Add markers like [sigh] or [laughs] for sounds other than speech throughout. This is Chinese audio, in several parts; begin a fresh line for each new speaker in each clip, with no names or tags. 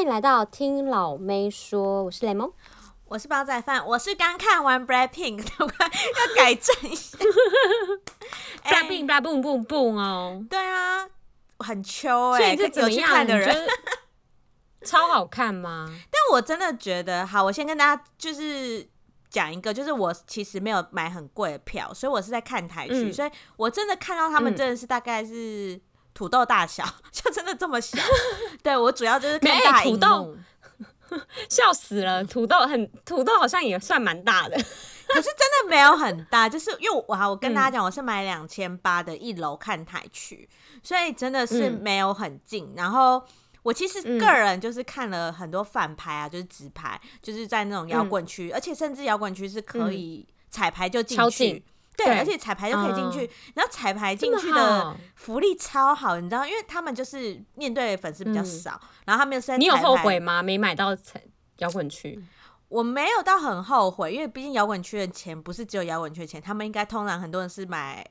迎来到听老妹说，我是雷蒙。
我是煲仔饭，我是刚看完 Brad Pink，的 [laughs] 要改正一下。哎
叭蹦叭蹦蹦蹦哦，
对啊，很秋
所
哎、
以这怎
有
么
去
样？
看的
你觉
人。
得超好看吗？
但我真的觉得，好，我先跟大家就是讲一个，就是我其实没有买很贵的票，所以我是在看台区，
嗯
所以我真的看到他们
嗯
真的是大概是土豆大小， [laughs] 就真的这
[laughs]
么小。对我主要就是看
没哎
大
土
荧
豆
幕，
笑死了！土豆很土豆，好像也算蛮大的。
可是真的没有很大，就是因为我好，我跟大家
嗯
讲，我是买两千八的一楼看台区，所以真的是
嗯
没有很近。然后我其实
嗯
个人就是看了很多反拍啊，就是直拍，就是在那种摇滚区，而且甚至摇滚区是可以彩排就进
嗯超近
去。对，
对
而且彩排就可以进去，然后彩排进去
这么
的
好
福利超好，你知道，因为他们就是面对的粉丝比较
嗯
少，然后他们又是在
你有
彩
后
排
悔吗？没买到彩摇滚区？
我没有到很后悔，因为毕竟摇滚区的钱不是只有摇滚区的钱，他们应该通常很多人是买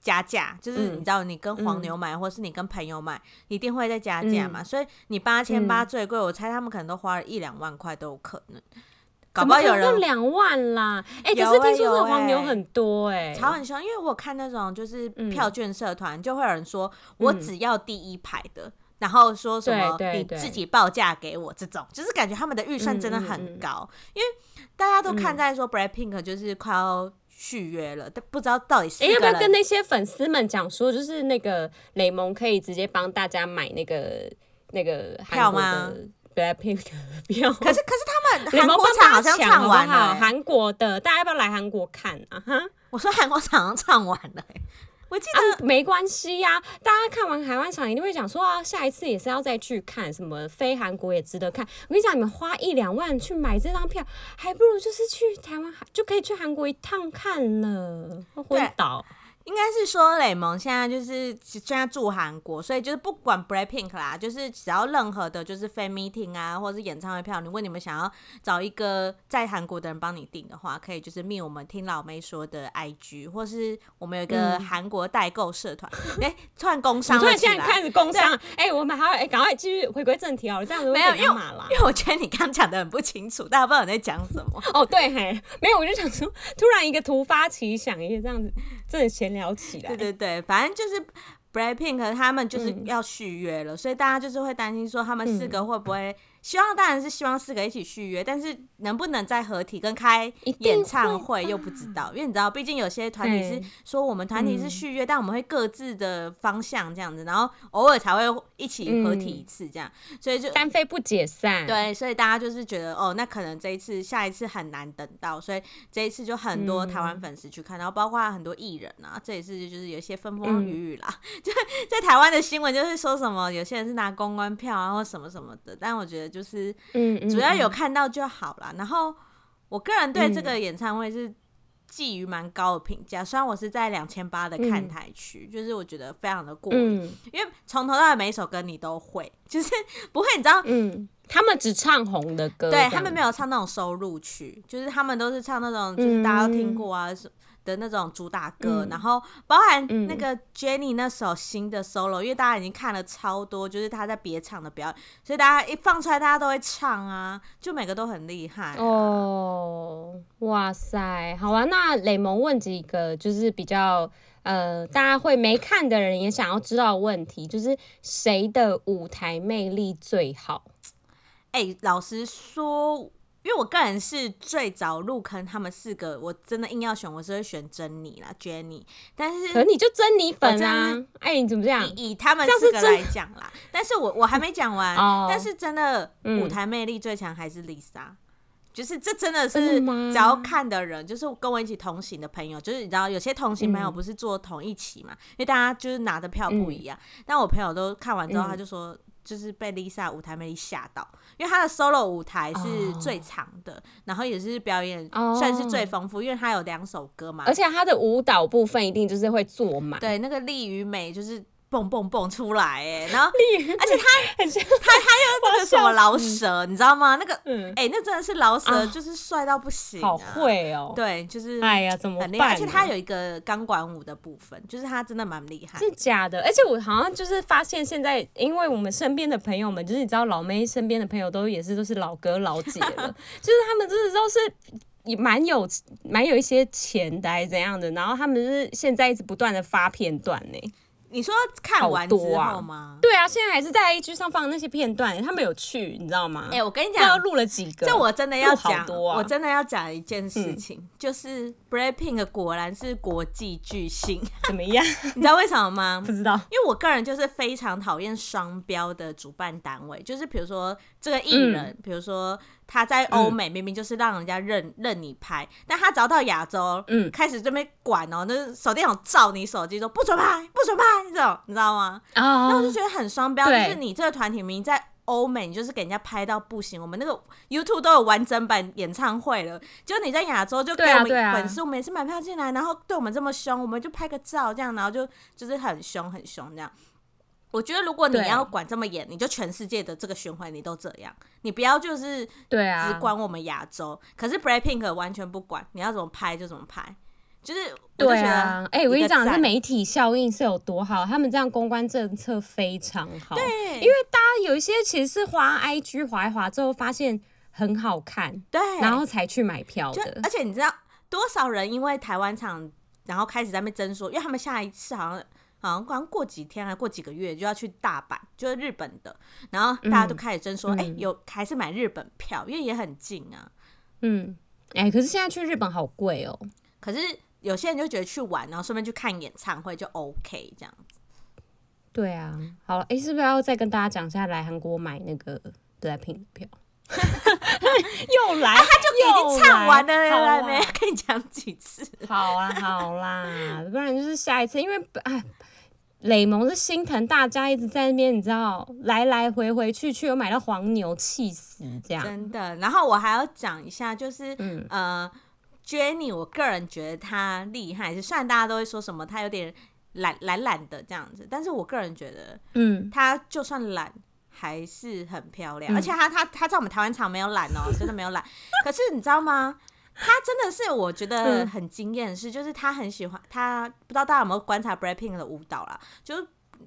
加价，就是
嗯
你知道你跟黄牛买，或是你跟朋友买，一定会再加价嘛。所以你八千八
嗯
最贵，我猜他们可能都花了一两万块都有可能，搞
怎
不
么
好
可
有
能就
人
两万啦？哎、
有
可是
欸
听说
有
这黄牛
欸
很多哎、
吵很凶，因为我看那种就是
嗯
票券社团，就会有人说我
嗯
只要第一排的。然后说什么
对对
你
对
自己报价给我这种，就是感觉他们的预算真的
嗯嗯
很
嗯
高，因为大家都看在说 Blackpink 就是快要续约了，但不知道到底四
哎、
个
要不要
人
跟那些粉丝们讲说，就是那个雷蒙可以直接帮大家买那个那个
票
韩国
吗
的 BLACKPINK 的票？
可是可是他们
雷
韩
蒙
国
帮
场
大
好
家
像
抢
唱
好不
完
好？
了欸，
韩国的，大家要不要来韩国看啊？哈
我说韩国场好像唱完了欸，我记
啊，没关系呀、大家看完台湾场一定会讲说啊，下一次也是要再去看，什么非韩国也值得看。我跟你讲，你们花一两万去买这张票，还不如就是去台湾就可以去韩国一趟看了，会昏倒。
应该是说雷蒙现在就是现在住韩国，所以就是不管 Blackpink 啦，就是只要任何的就是 fan meeting 啊，或者是演唱会票，如果你们想要找一个在韩国的人帮你订的话，可以就是密我们听老妹说的 IG，或是我们有一个韩国代购社团，哎、突然
嗯
工
你
商
突
了
然
起
现在
来。
开始工伤，哎、我们还要哎，赶、快继续回归正题哦，这样子会
没有
被人家骂啦。
因为我觉得你刚讲的很不清楚，大家不知道你在讲什么。
哦，对嘿，没有，我就想说，突然一个突发奇想，也这样子，真的闲聊起来。嗯
对对对，反正就是 Blackpink 他们就是要续约了，所以大家就是会担心说他们四个会不会？希望当然是希望四个一起续约，但是能不能再合体跟开
一定
演
会
唱
嗯
会又不知道，因为你知道，毕竟有些团体
对
是说我们团体是续约，但我们会各自的方向这样子，然后偶尔才会一起合体一次这样，所以就
单飞不解散。
对，所以大家就是觉得哦，那可能这一次、下一次很难等到，所以这一次就很多台
嗯
湾粉丝去看，然后包括很多艺人啊，这也是就是有一些风
嗯
风雨雨啦。 [laughs] 就在台湾的新闻就是说什么有些人是拿公关票啊或什么什么的，但我觉得就是
嗯，嗯
主要
嗯
有看到就好啦。然后我个人对这个演唱会是寄予蛮高的评价，虽然我是在两千八的看
嗯
台区，就是我觉得非常的过瘾，
嗯
因为从头到尾每一首歌你都会，就是不会你知道
嗯，他们只唱红的歌，
对他们没
有。
有唱那种收录曲，就是他们都是唱那种就是大家都听
嗯
过啊、是的那种主打歌，
嗯
然后包含
嗯
那个 Jenny 那首新的 solo，、因为大家已经看了超多，就是她在别场的表演，所以大家一放出来，大家都会唱啊，就每个都很厉害、哦，
哦，哇塞，好啊！那雷蒙问几个就是比较呃，大家会没看的人也想要知道的问题，就是谁的舞台魅力最好？
哎、老实说。因为我个人是最早入坑，他们四个我真的硬要选，我是会选珍妮啦，Jenny。但是
可你就珍妮粉
我
啊！哎、你怎么这样？
以以他们
这样
四
是
个
真
来讲啦，但是我我还没讲完，
哦
但是真的
嗯
舞台魅力最强还是 Lisa。就是这真的
真的
是，
吗
只要看的人，就是跟我一起同行的朋友，就是你知道有些同行朋友
嗯
不是坐同一起嘛，因为大家就是拿的票不一样。但我朋友都看完之
嗯
后，他就说，就是被 Lisa 舞台魅力吓到，因为她的 solo 舞台是
哦
最长的，然后也是表演
哦
算是最丰富，因为她有两首歌嘛，
[laughs] 而且他的舞蹈部分一定就是会做满，
对，那个力与美就是。蹦蹦蹦出来哎，然后
而且他很像
他
[laughs]
他又那个什么老蛇，你知道吗？那个
嗯
哎、那真的是老蛇，
啊
就是帅到不行、啊，
好会哦，
对，就是
哎呀怎么
很厉害
办
而且他
呢
有一个钢管舞的部分，就是他真的蛮厉害的。
是假的，而且我好像就是发现现在，因为我们身边的朋友们，就是你知道老妹身边的朋友都也是都是老哥老姐
[laughs]
了，就是他们真的都是。也蛮有蛮有一些钱的还是怎样的，然后他们就是现在一直不断的发片段呢、
你说看完之
好多啊
后吗？
对啊，现在还是在 IG 上放那些片段，他们有去，你知道吗？
哎、我跟你
不知道
讲，
录了几个。
这我真的要
录好
讲，
多啊嗯
我真的要讲一件事情，就是 Blackpink 果然是国际巨星， [laughs]
怎么样？ [laughs]
你知道为什么吗？
不知道。
因为我个人就是非常讨厌双标的主办单位，就是比如说这个艺人，比如说他在欧美明明就是让人家任、任你拍，但他只要到亚洲，
嗯
开始这边管哦，就是手电筒照你手机说不准拍，不准拍这种，你知道吗？
啊
那我就觉得很双标，就
对
是你这个团体名在欧美，你就是给人家拍到不行。我们那个 YouTube 都有完整版演唱会了，就你在亚洲就给
对啊
我
对
们
啊
粉丝，我们也是买票进来，然后对我们这么凶，我们就拍个照这样，然后就就是很凶很凶这样。我觉得如果你
对
要管这么严，你就全世界的这个巡回你都这样，你不要就是
对啊，
只管我们亚洲。可是 Blackpink 完全不管，你要怎么拍就怎么拍，就是我就
对
觉
啊
得，
哎、我跟你
一个
讲，这
赞
媒体效应是有多好，他们这样公关政策非常好。对，
对，
因为大家有一些其实是滑 IG 滑一滑之后发现很好看，
对，
然后才去买票
就
的
而。且你知道多少人因为台湾场，然后开始在那边争说，因为他们下一次好像好像好像过几天还过几个月就要去大阪，就是日本的，然后大家都开始争说，哎、有还是买日本票，因为也很近啊。
嗯，哎、可是现在去日本好贵哦、
可是有些人就觉得去玩，然后顺便去看演唱会就 OK 这样。
对啊，好，哎、是不是要再跟大家讲一下来韩国买那个 Blackpink 的票？ [laughs] 又来，他
已经唱完了，
好啊
来
啦
没？跟你讲几次？
好啦，好啦，不然就是下一次，因为哎，磊蒙是心疼大家一直在那边，你知道，来来回回去去，有买到黄牛，气死这样。嗯
真的。然后我还要讲一下，就是、呃，Jenny，我个人觉得她厉害，是虽然大家都会说什么她有点懒懒懒的这样子，但是我个人觉得
嗯，
她就算懒。还是很漂亮，而且她她她在我们台湾场没有懒
[laughs]
哦、真的没有懒。可是你知道吗？她真的是我觉得
嗯
很惊艳，是就是她很喜欢她，不知道大家有没有观察 Blackpink 的舞蹈啦？就是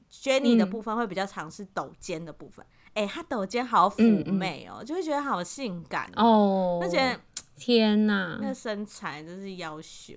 Jennie 的
嗯
部分会比较尝试抖肩的部分。哎、她抖肩好
嗯
妩
嗯
媚哦、就会觉得好性感哦、
哦，
而且
天哪
那，身材真是要求，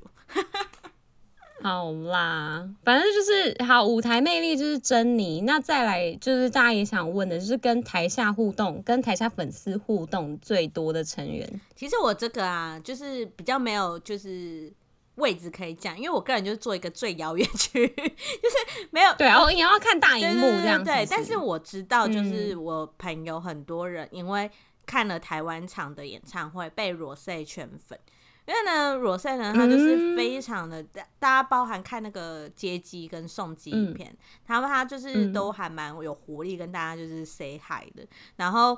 好啦，反正就是好舞台魅力就是珍妮。那再来就是大家也想问的，就是跟台下互动、跟台下粉丝互动最多的成员。
其实我这个啊，就是比较没有就是位置可以讲，因为我个人就是做一个最遥远区，就是没有
对啊，哦，也要看大
对
荧
对
幕这样
对对，但是
是嗯
我知道，就是我朋友很多人因为看了台湾场的演唱会被 Rose 圈粉。因为呢，Rose 呢，他就是
嗯
非常的，大大家包含看那个接机跟送机影片，他们他就是
嗯
都还蛮有活力，跟大家就是 say hi 的。然后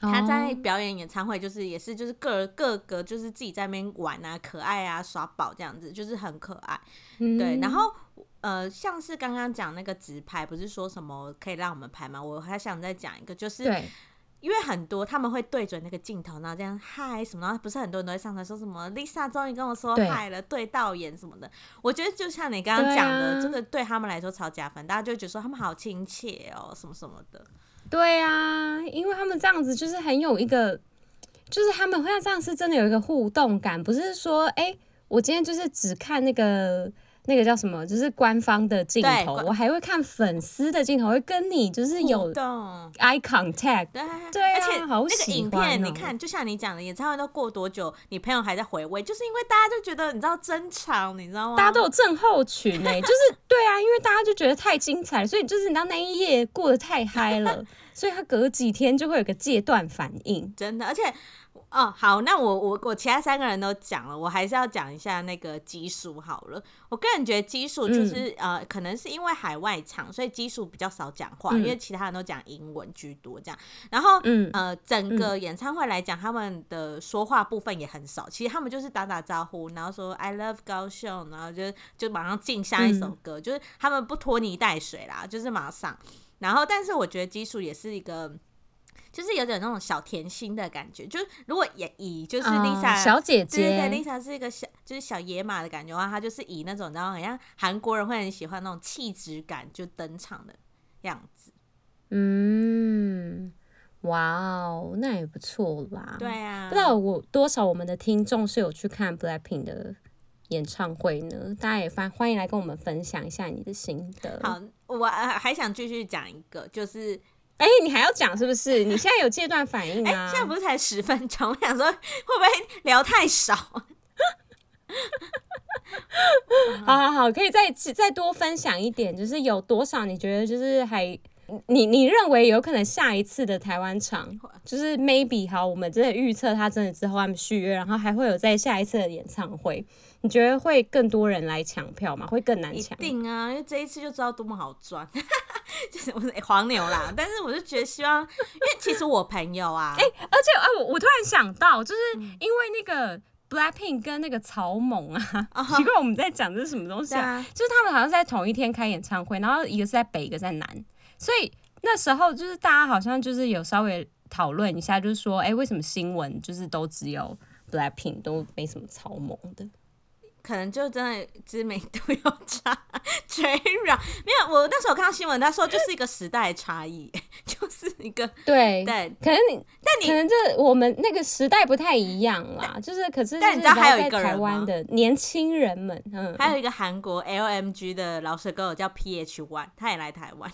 他
哦
在表演演唱会，就是也是就是各各个就是自己在那边玩啊，可爱啊，耍宝这样子，就是很可爱。
嗯
对，然后呃，像是刚刚讲那个直拍，不是说什么可以让我们拍吗？我还想再讲一个，就是
对，
因为很多他们会对准那个镜头，然后这样嗨什么，然后不是很多人都会上台说什么 Lisa 终于跟我说
对
嗨了，对到眼什么的。我觉得就像你刚刚讲的，
对啊
这个对他们来说超加分，大家就会觉得说他们好亲切哦，什么什么的。
对啊，因为他们这样子就是很有一个，就是他们会这样是真的有一个互动感，不是说哎、诶我今天就是只看那个那个叫什么，就是官方的镜
对
头，
官哦
我还会看粉丝的镜头，会跟你就是
互
有
动。
eye contact。
对，
对啊
而且
好
那个
喜
影
欢哦
片，你看，就像你讲的，演唱会都过多久，你朋友还在回味，就是因为大家就觉得你知道珍藏，你知道吗？
大家都有症候欸
[laughs]
群哎、就是对啊，因为大家就觉得太精彩了，所以就是你知道那一夜过得太嗨了，所以他隔几天就会有个戒断反应。
真的，而且哦，好，那我我我其他三个人都讲了，我还是要讲一下那个基数好了。我个人觉得基数就是、
嗯
呃，可能是因为海外场，所以基数比较少讲话，因为其他人都讲英文居多这样。然后
嗯
呃，整个演唱会来讲，他们的说话部分也很少，其实他们就是打打招呼，然后说 I love 高雄，然后就就马上进下一
嗯
首歌，就是他们不拖泥带水啦，就是马上。然后，但是我觉得基数也是一个。就是有点那种小甜心的感觉，就是如果也以就是
啊
Lisa、
小姐姐，
对对对，Lisa 是一个小就是小野马的感觉的话，她就是以那种你知道，好像韩国人会很喜欢那种气质感就登场的样子。
啊嗯，哇哦，那也不错啦。
对，啊，
不知道我多少我们的听众是有去看 Blackpink 的演唱会呢？大家也欢欢迎来跟我们分享一下你的心得。，
好，我呃还想继续讲一个，就是
哎、你还要讲是不是？你现在有戒断反
[laughs]
应
哎、
啊？
现在不是才十分钟，我想说会不会聊太少？
好好好，可以再再多分享一点，就是有多少你觉得就是还。你你认为有可能下一次的台湾场，就是 maybe 好，我们真的预测他真的之后他们续约，然后还会有在下一次的演唱会，你觉得会更多人来抢票吗？会更难
一
抢？
定啊，因为这一次就知道多么好赚， [laughs] 就是我是、哎黄牛啦。但是我就觉得希望，因为其实我朋友啊，哎、
而且啊，我我突然想到，就是因为那个 Blackpink 跟那个草蜢啊，奇怪我们在讲这是什么东西
对
啊？
啊，
就是他们好像是在同一天开演唱会，然后一个是在北，一个在南，所以那时候就是大家好像就是有稍微讨论一下，就是说，哎、为什么新闻就是都只有 Blackpink 都没什么草蜢的？
可能就真的知名度有差，嘴软。没有，我那时候看到新闻，他说就是一个时代差异， [laughs] 就是一个
对。
对。
可能你，
但你
可能这我们那个时代不太一样啦，就是可是，
但你知道还有一个人
台湾
吗
的年轻人们，嗯，
还有一个韩国 LMG 的老舌歌手叫 PH One，他也来台湾，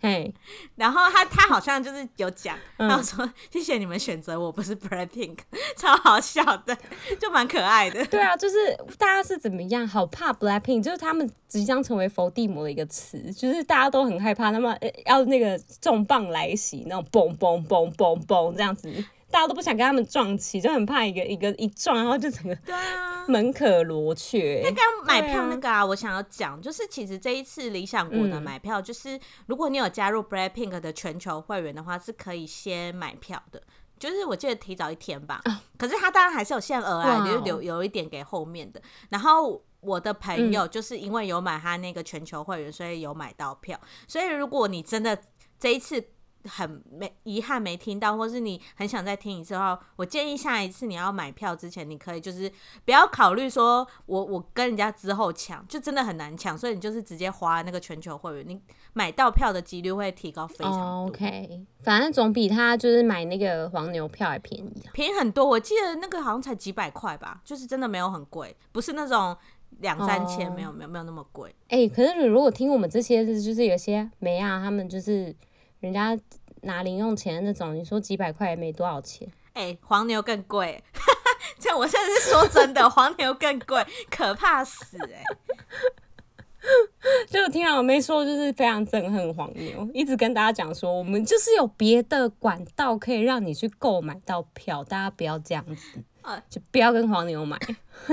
嘿，
然后他他好像就是有讲，
嗯
他有说谢谢你们选择我，不是 Blackpink，超 [laughs] 好笑的，就蛮可爱的。
对啊，就是大家是怎么样，好怕 Blackpink，就是他们即将成为伏地魔的一个词，就是大家都很害怕，那么呃要那个重磅来袭，那种嘣嘣嘣嘣嘣这样子，大家都不想跟他们撞起，就很怕一个一个一撞，然后就整个
对啊，
[laughs] 门可罗雀。
那刚买票
对啊嗯
那个啊，我想要讲，就是其实这一次理想国的买票，就是如果你有加入 Blackpink 的全球会员的话，是可以先买票的。就是我记得提早一天吧，可是它当然还是有限额
啊哇
啊，
哦
就是留有一点给后面的。然后我的朋
嗯
友就是因为有买他那个全球会员，所以有买到票。所以如果你真的这一次很没遗憾没听到，或是你很想再听一次的话，我建议下一次你要买票之前，你可以就是不要考虑说我我跟人家之后抢，就真的很难抢，所以你就是直接花那个全球会员，你买到票的几率会提高非常多。
哦 OK，反正总比他就是买那个黄牛票还便宜啊。
便宜很多，我记得那个好像才几百块吧，就是真的没有很贵，不是那种两三千，
哦
没有没有没有那么贵。
哎、可是如果听我们这些，就是有些没啊，他们就是人家拿零用钱的那种，你说几百块也没多少钱。
哎、黄牛更贵， [laughs] 这我现在是说真的， [laughs] 黄牛更贵，可怕死哎、
就我听到我妹说，就是非常憎恨黄牛，一直跟大家讲说，我们就是有别的管道可以让你去购买到票，大家不要这样子
呃，
就不要跟黄 [laughs] 牛买。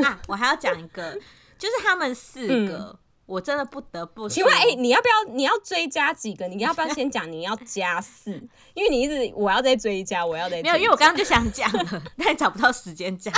啊，我还要讲一个，就是他们四个，我真的不得不说
嗯请问，哎、你要不要？你要追加几个？你要不要先讲你要加四？因为你一直我要再追加，我要再追
没有，因为我刚刚就想
[laughs]
讲了，但找不到时间讲。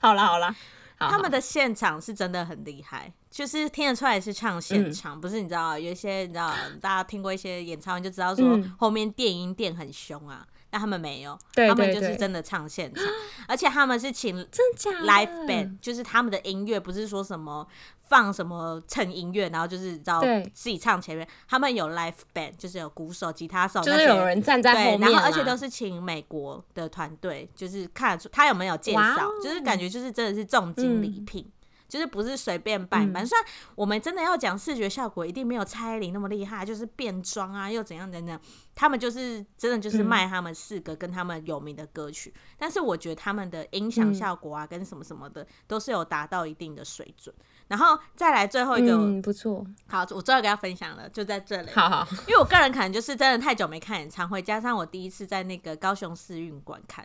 好啦好啦，好
他们
的
的现场是真的很厉害，就是听得出来是唱现
嗯
场，不是你知道，有一些你知道，大家听过一些演唱会就知道说
嗯
后面电音电很凶啊，但他们没有，
对
他们
对
就是
对
真的唱现场，而且他们是请
真假的
live band，就是他们的音乐不是说什么放什么衬音乐，然后就是你知道
对
自己唱前面，他们有 live band，就是有鼓手、吉他手
就
那
是
些。
有人站在后
对，
面啊
然
啦，
后而且都是请美国的团队，就是看得出他有没有介
哇
绍
哦，嗯
就是感觉就是真的是重金礼聘，就是不是随便办一办。虽然我们真的要讲视觉效果，一定没有蔡依林那么厉害，就是变装啊，又怎样怎样。他们就是真的
嗯
就是卖他们四个跟他们有名的歌曲，但是我觉得他们的音
嗯
响效果啊，跟什么什么的，都是有达到一定的水准。然后再来最后一个，
嗯，不错，
好，我最后给大家分享了，就在这里。
好好，
因为我个人可能就是真的太久没看演唱会，加上我第一次在那个高雄市运馆看，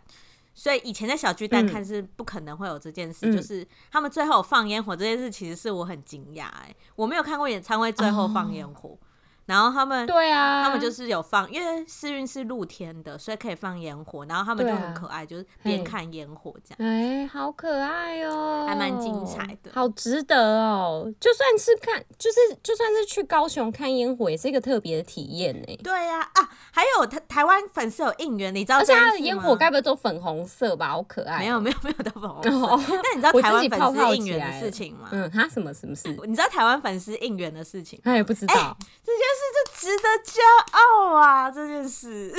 所以以前在小巨蛋看是不可能会有这件事。
嗯
就是他们最后放烟火这件事，其实是我很惊讶哎，我没有看过演唱会最后放烟火，然后他们
[laughs] 哦对啊，
他们就是有放，因为试运是露天的，所以可以放烟火，然后他们就
对啊
很可爱，就是边
嘿
看烟火这样。
哎，好可爱哦、
还蛮精彩的
好值得哦、就算是看，就是就算是去高雄看烟火，也是一个特别的体验呢、
对呀、啊，还有台台湾粉丝有应援，你知道
而且
这件
它
事
的烟
吗
火该不会都粉红色吧？好可爱、
没有，没有没有都粉红
哦
色。那你知道
我
台
自
湾
己
粉
泡泡
丝应
起
援
来
的事
了
情吗？
嗯，它什么什么事？
你知道台湾粉丝应援的事情吗，
他也不知道、
这件事就值得骄傲啊！这件事，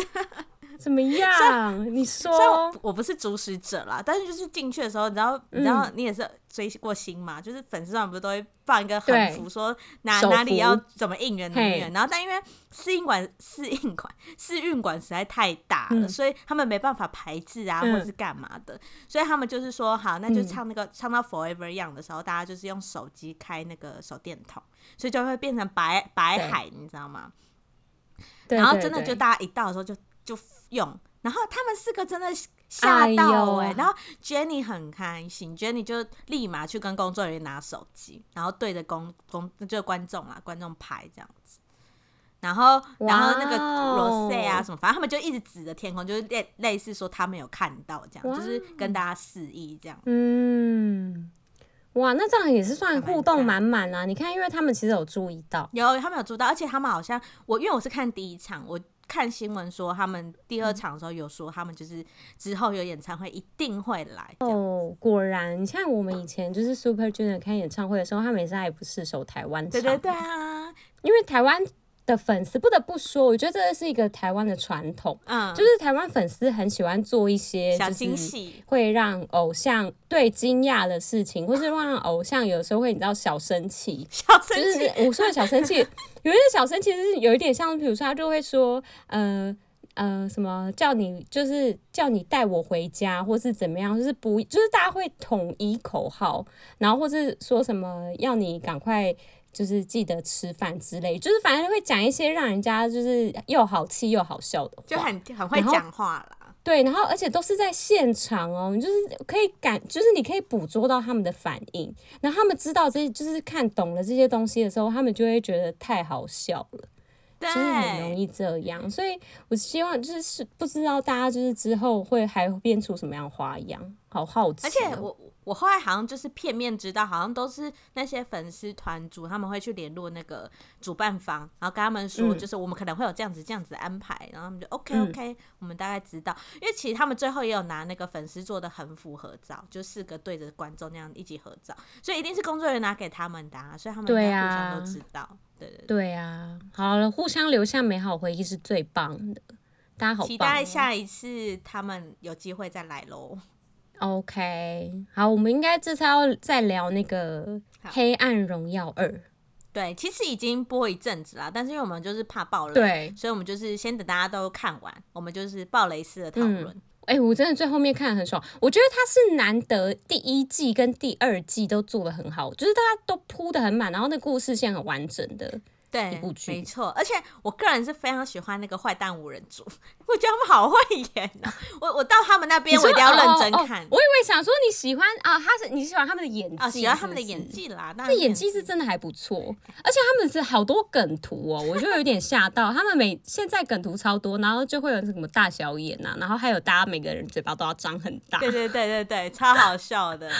怎么样？你
哎虽然我
说
不我不是主使者啦，但是就是进去的时候，你知道，你知道
嗯
你也是追过星嘛？就是粉丝团不是都会放一个横
对
幅，说哪
手
哪里
幅
要怎么应援怎么应援。
嘿
然后，但因为试运馆、试运馆、试运馆实在太大了，
嗯
所以他们没办法排字啊，
嗯
或是干嘛的，所以他们就是说，好，那就
嗯
唱那个、唱到 Forever Young 的时候，大家就是用手机开那个手电筒，所以就会变成白白
对
海，你知道吗？
对，
然后
对
真的
对
就大家一到的时候就就用，然后他们四个真的吓到哎、
哎呦
然后 Jenny 很开心，Jenny 就立马去跟工作人员拿手机，然后对着公公就是观众啦，观众拍这样子。然后，然后那个
哇哦
Rose 啊什么，反正他们就一直指着天空，就是类类似说他们有看到这样，
哇
就是跟大家示意这样。
嗯，哇，那这样也是
还
算
蛮
互动
赞
满满啊！你看，因为他们其实有注意到，
有，他们有做到，而且他们好像我因为我是看第一场，我看新闻说他们第
嗯
二场的时候有说他们就是之后有演唱会一定会来。这样
哦，果然，你像我们以前就是 Super Junior 开演唱会的时候，他们也是还不是守台湾场，
对对对啊，
因为台湾的粉丝不得不说，我觉得这是一个台湾的传统，
嗯，
就是台湾粉丝很喜欢做一些
小
就是
惊喜，
会让偶像对惊讶的事情，或是让偶像有时候会你知道小生气，
小
就
神
是
奇，
我说的小生气，有一些小生气是有一点像，比如说他就会说，呃呃，什么叫你就是叫你带我回家，或是怎么样，就是不就是大家会统一口号，然后或是说什么要你赶快。就是记得吃饭之类，就是反正会讲一些让人家就是又好气又好笑的话，
就很很会
然后
讲话啦。
对，然后而且都是在现场哦，你就是可以感，就是你可以捕捉到他们的反应，然后他们知道这就是看懂了这些东西的时候，他们就会觉得太好笑了，
对，
其实很容易这样，所以我希望就是不知道大家就是之后会还变出什么样的花样，好好奇、哦
而且我我后来好像就是片面知道，好像都是那些粉丝团主他们会去联络那个主办方，然后跟他们说，
嗯
就是我们可能会有这样子这样子的安排，然后他们就 OK
嗯
OK，、我们大概知道，因为其实他们最后也有拿那个粉丝做的横幅合照，就四个对着观众那样一起合照，所以一定是工作人员拿给他们的、啊，所以他们应
对
该互
啊
相都知道，对对对。
对啊，好了，互相留下美好回忆是最棒的，大家好棒哦、
期待下一次他们有机会再来喽。
OK，好，我们应该这次要再聊那个
好
《黑暗荣耀二》。
对，其实已经播一阵子啦，但是因为我们就是怕爆雷，
对
所以我们就是先等大家都看完，我们就是爆雷式的讨论。
哎、我真的最后面看得很爽，我觉得它是难得第一季跟第二季都做的很好，就是大家都铺的很满，然后那故事线很完整的。
对
一部，剧
没错，而且我个人是非常喜欢那个坏蛋五人组， [laughs] 我觉得他们好会演啊！我我到他们那边，我一定要认真看
哦哦哦我以为想说你喜欢啊，他是你喜欢他们的演技
啊，喜欢他们的
是不是
演。技啦。那
这演技是真的还不错，而且他们是好多梗图哦，我就有点吓到。他们每现在梗图超多，然后就会有什么大小眼呐、啊，然后还有大家每个人嘴巴都要张很大。
对对对对对，超好笑的。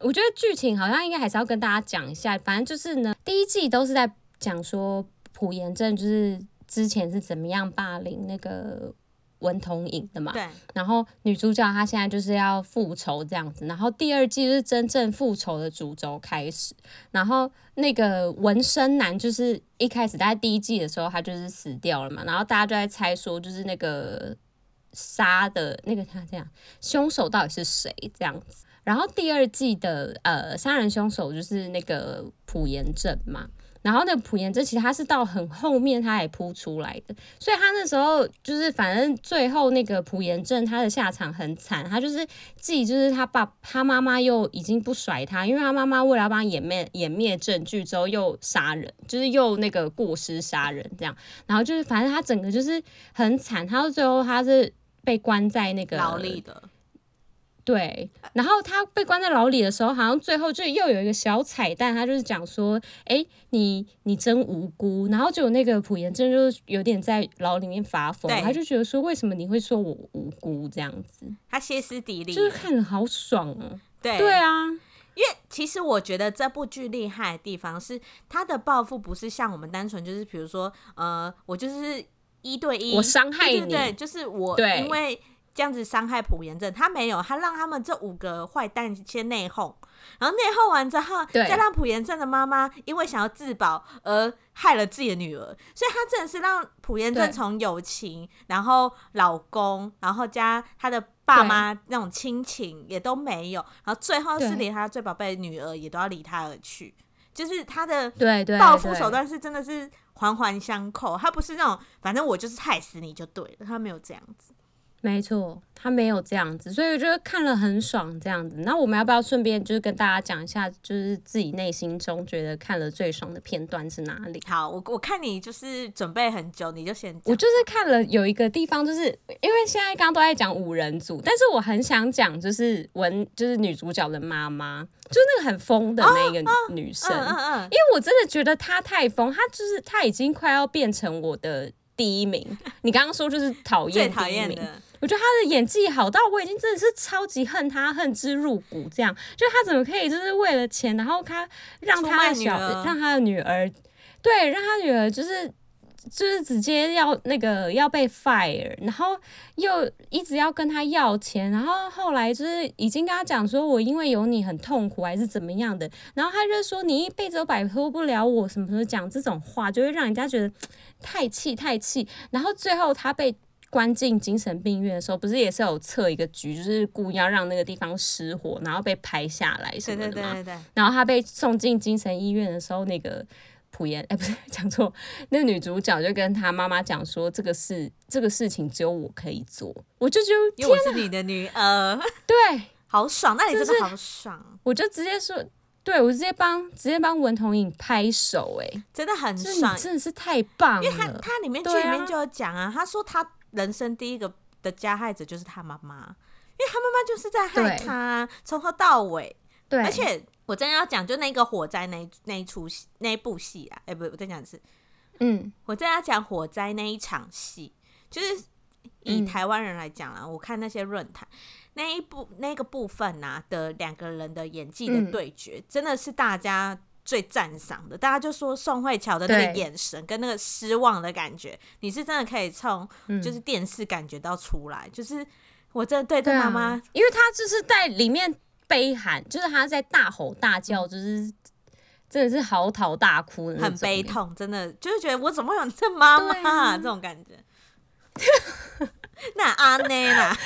我觉得剧情好像应该还是要跟大家讲一下，反正就是呢，第一季都是在讲说朴妍正就是之前是怎么样霸凌那个文童颖的嘛， [laughs]
对，
然后女主角她现在就是要复仇这样子，然后第二季就是真正复仇的主轴开始，然后那个纹身男就是一开始在第一季的时候他就是死掉了嘛，然后大家就在猜说就是那个杀的那个他这样凶手到底是谁这样子。然后第二季的呃杀人凶手就是那个朴妍正嘛，然后那个朴妍正其实他是到很后面他才扑出来的，所以他那时候就是反正最后那个朴妍正他的下场很惨，他就是既就是他爸他妈妈又已经不甩他，因为他妈妈为了要帮他掩灭掩灭证据之后又杀人，就是又那个过失杀人这样，然后就是反正他整个就是很惨，他到最后他是被关在那个
劳力的，
对，
啊
然后他被关在牢里的时候，好像最后就又有一个小彩蛋，他就是讲说，哎，你你真无辜。然后就有那个朴妍珍就是有点在牢里面发疯，
对
他就觉得说，为什么你会说我无辜这样子？
他歇斯底里
就，是看着好爽哦、
对
对啊，
因为其实我觉得这部剧厉害的地方是，它的报复不是像我们单纯就是，比如说，呃，我就是一对一，
我伤害
对对
你
对，就是我
对
因为这样子伤害朴妍正，他没有，他让他们这五个坏蛋先内讧，然后内讧完之后，
对
再让朴妍正的妈妈因为想要自保而害了自己的女儿，所以他真的是让朴妍正
对
从友情，然后老公，然后加他的爸
对
妈那种亲情也都没有，然后最后是
对
连他最宝贝的女儿也都要离他而去，就是他的
对对
报复手
对
段是真的是环环相扣，他不是那种反正我就是害死你就对了，他没有这样子。
没错，他没有这样子，所以我觉得看了很爽这样子。那我们要不要顺便就是跟大家讲一下，就是自己内心中觉得看了最爽的片段是哪里？
好，我我看你就是准备很久，你就先
我
讲。
就是看了有一个地方，就是因为现在刚刚都在讲五人组，但是我很想讲就是文就是女主角的妈妈，就是那个很疯的那个女生，
嗯嗯嗯，
因为我真的觉得她太疯，她就是她已经快要变成我的第一名。你刚刚说就是讨
最
厌
讨
第一
厌
名，
的，
我觉得他的演技好到我已经真的是超级恨他，恨之入骨。这样，就他怎么可以就是为了钱，然后他让
出
他
卖
的
女
小
儿
让他的女儿，对，让他女儿就是就是直接要那个要被 fire，然后又一直要跟他要钱，然后后来就是已经跟他讲说我因为有你很痛苦还是怎么样的，然后他就说你一辈子都摆脱不了我什么什么讲这种话，就会让人家觉得太气太气。然后最后他被关进精神病院的时候，不是也是有测一个局，就是故意要让那个地方失火，然后被拍下来什
对
么的
对
嘛。
对对对，
然后他被送进精神医院的时候，那个朴妍，哎、不是 [laughs] 讲错，那女主角就跟她妈妈讲说，这个事这个事情只有我可以做，我就觉得
因为我是你的女儿， [laughs]
对，
好爽，那你真
就
的
是
好爽，
我就直接说，对我直接帮直接帮文童颖拍手、哎，
真的很
这
爽
你，真的是太棒
因为他
了，
他里面剧
对
里面
啊
就有讲啊，他说他人生第一个的加害者就是他妈妈，因为他妈妈就是在害
对
他，从头到尾。
对，
而且我真的要讲，就那个火灾那一那一出戏那一部戏啊，哎、不，我再讲一次，
嗯，
我真的要讲火灾那一场戏，就是以
嗯
台湾人来讲啦，我看那些论坛那一部那个部分呐、的两个人的演技的
嗯
对决，真的是大家。最赞赏的，大家就说宋慧乔的那个
对
眼神跟那个失望的感觉，你是真的可以从
嗯
就是电视感觉到出来，就是我真的对这
对
妈
啊，
妈
因为他就是在里面悲喊，就是他在大吼大叫，就是真的是嚎啕大哭的那种，
嗯很悲痛，真的就是觉得我怎么会有这妈妈、
对啊
这种感觉。 [laughs] 那阿内啦，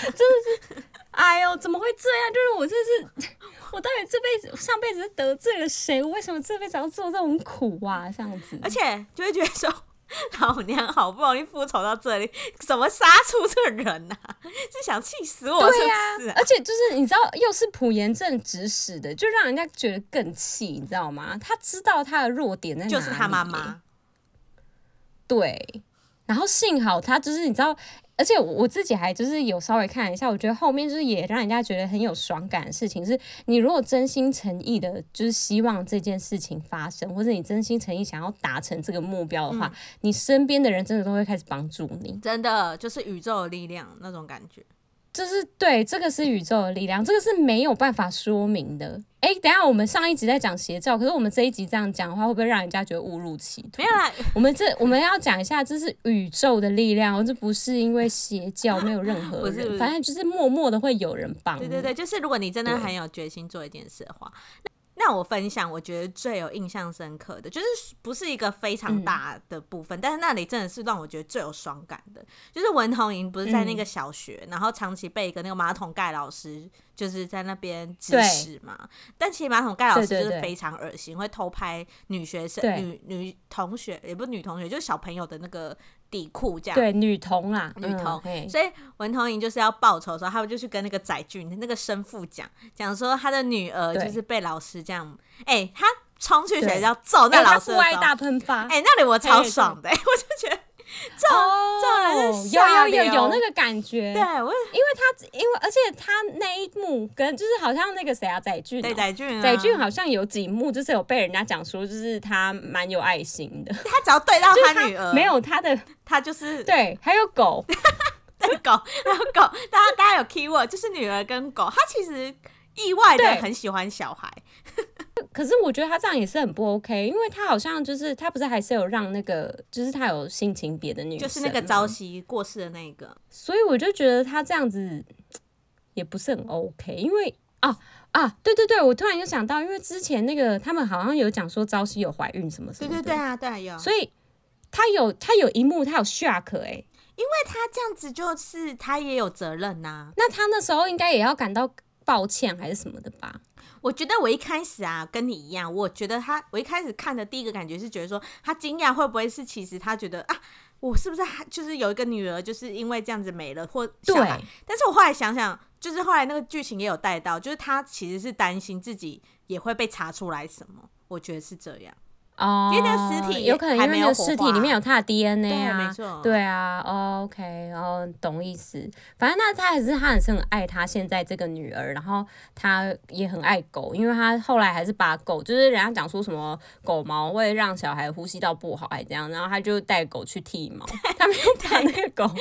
哎呦，怎么会这样？就是我这是， [laughs] 我到底这辈子上辈子是得罪了谁？我为什么这辈子要做这种苦啊？这样子，
而且就会觉得说，老娘好不容易复仇到这里，怎么杀出这个人呐、啊 [laughs] 是想气死我是
对
不是、
而且就是你知道，又是朴妍正指使的，就让人家觉得更气，你知道吗？他知道他的弱点在哪里，
就是他妈，妈，
对。然后幸好他就是你知道，而且我我自己还就是有稍微看一下，我觉得后面就是也让人家觉得很有爽感的事情是，你如果真心诚意的，就是希望这件事情发生，或者你真心诚意想要达成这个目标
嗯
的话，你身边的人真的都会开始帮助你。
真的就是宇宙的力量那种感觉。
就是对，这个是宇宙的力量，这个是没有办法说明的。哎，等一下我们上一集在讲邪教，可是我们这一集这样讲的话，会不会让人家觉得误入歧途
没？有啦，
我们这我们要讲一下，这是宇宙的力量，这不是因为邪教，没有任何
[laughs] 不
人，
是不是
反正就是默默的会有人帮。
对对，对，就是如果你真的很有决心做一件事的话，那那我分享我觉得最有印象深刻的，就是不是一个非
嗯
常大的部分，但是那里真的是让我觉得最有爽
嗯
感的，就是文童莹不是在那个小学，然后长期被一个那个马桶盖老师就是在那边指
对
使嘛。但其实马桶盖老师
对对
就是
对
非常恶心，会偷拍女学生、
对
女女同学，也不是女同学，就是小朋友的那个底裤这样。
对，女童啦，
女童
嗯嘿
所以文童莹就是要报仇的时候，他们就去跟那个载俊那个生父讲，讲说他的女儿
对
就是被老师这样，哎、他冲去学
对
校揍那
哎
老
他
师
父
的
爱
时候，哎、
大喷发，
那里我超
对
爽的、我就觉得，
哦
这这很
有有有
下
有
流
那个感觉，
对啊我
因为他因为而且他那一幕跟就是好像那个谁啊载俊哦、
[laughs] 对载俊啊，
载俊好像有几幕，就是有被人家讲说，就是他蛮有爱心的，
他只要对到
就是
他女儿，
没，有他的
他就是
对，还有狗，
对狗，然后狗，大家大家有 keyword 就是女儿跟狗，他其实意外的
对
很喜欢小孩，
可是我觉得他这样也是很不 OK，因为他好像就是他不是还是有让那个就是他有性情别的女生
就
吗，
是那个朝夕过世的那个，
所以我就觉得他这样子也不是很 OK，因为啊啊，对对对，我突然就想到，因为之前那个他们好像有讲说朝夕有怀孕什么什
对
么的，
对对啊，对啊有，
所以他有他有一幕他有 shock 哎、
那他这样子就是他也有责任啊呐、
那他那时候应该也要感到抱歉还是什么的吧？
我觉得我一开始啊，跟你一样，我觉得他，我一开始看的第一个感觉是觉得说，他惊讶会不会是其实他觉得啊，我是不是还就是有一个女儿，就是因为这样子没了或小
对
孩？但是我后来想想，就是后来那个剧情也有带到，就是他其实是担心自己也会被查出来什么，我觉得是这样。
哦，
因为那个尸体
有可能
还
因
没
为
有
那个
火
尸体
化
里面有他的 DNA
对
啊，
没错
对啊、哦、，OK，哦，懂意思。反正那他还是他还是很爱他现在这个女儿，然后他也很爱狗，因为他后来还是把狗，就是人家讲说什么狗毛会让小孩呼吸道不好，还这样，然后他就带狗去剃
[laughs]
毛，他没有把那个狗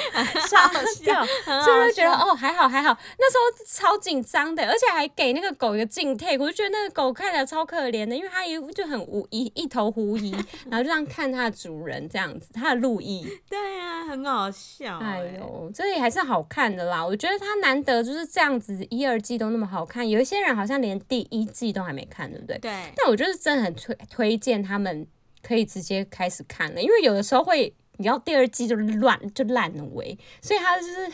杀掉，
很
所以
好
我就觉得
笑
哦，还好还好，那时候超紧张的，而且还给那个狗一个敬佩，我就觉得那个狗看起来超可怜的，因为它一就很无一一头狐
[laughs]
疑，然后就这样看它的主人这样子，它的路易，
对啊，很好笑、
哎
哎呦，
呦，这也还是好看的啦。我觉得它难得就是这样子，一二季都那么好看，有一些人好像连第一季都还没看，对不对？
对，
但我就是真的很推推荐他们可以直接开始看了，因为有的时候会，你要第二季就乱就烂尾，所以他就是。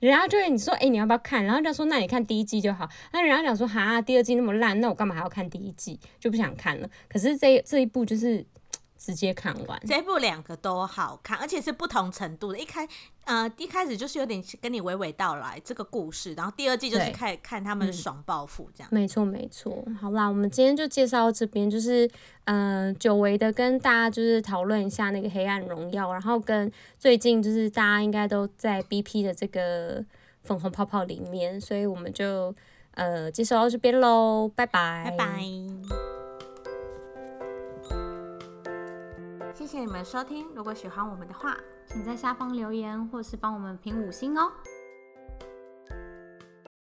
人家就会你说，哎、你要不要看？然后他说，那你看第一季就好。那人家讲说，哈，第二季那么烂，那我干嘛还要看第一季？就不想看了。可是这这一部就是直接看完，
这一部两个都好看，而且是不同程度的。一开呃一开始就是有点跟你娓娓道来这个故事，然后第二季就是
对嗯
看看他们爽报复这样。
没错，没错。好啦，我们今天就介绍到这边，就是嗯、呃久违的跟大家就是讨论一下那个《黑暗荣耀》，然后跟最近就是大家应该都在 BP 的这个粉红泡泡里面，所以我们就呃介绍到这边喽，拜拜，
拜拜。谢谢你们收听，如果喜欢我们的话，
请在下方留言或是帮我们评五星哦。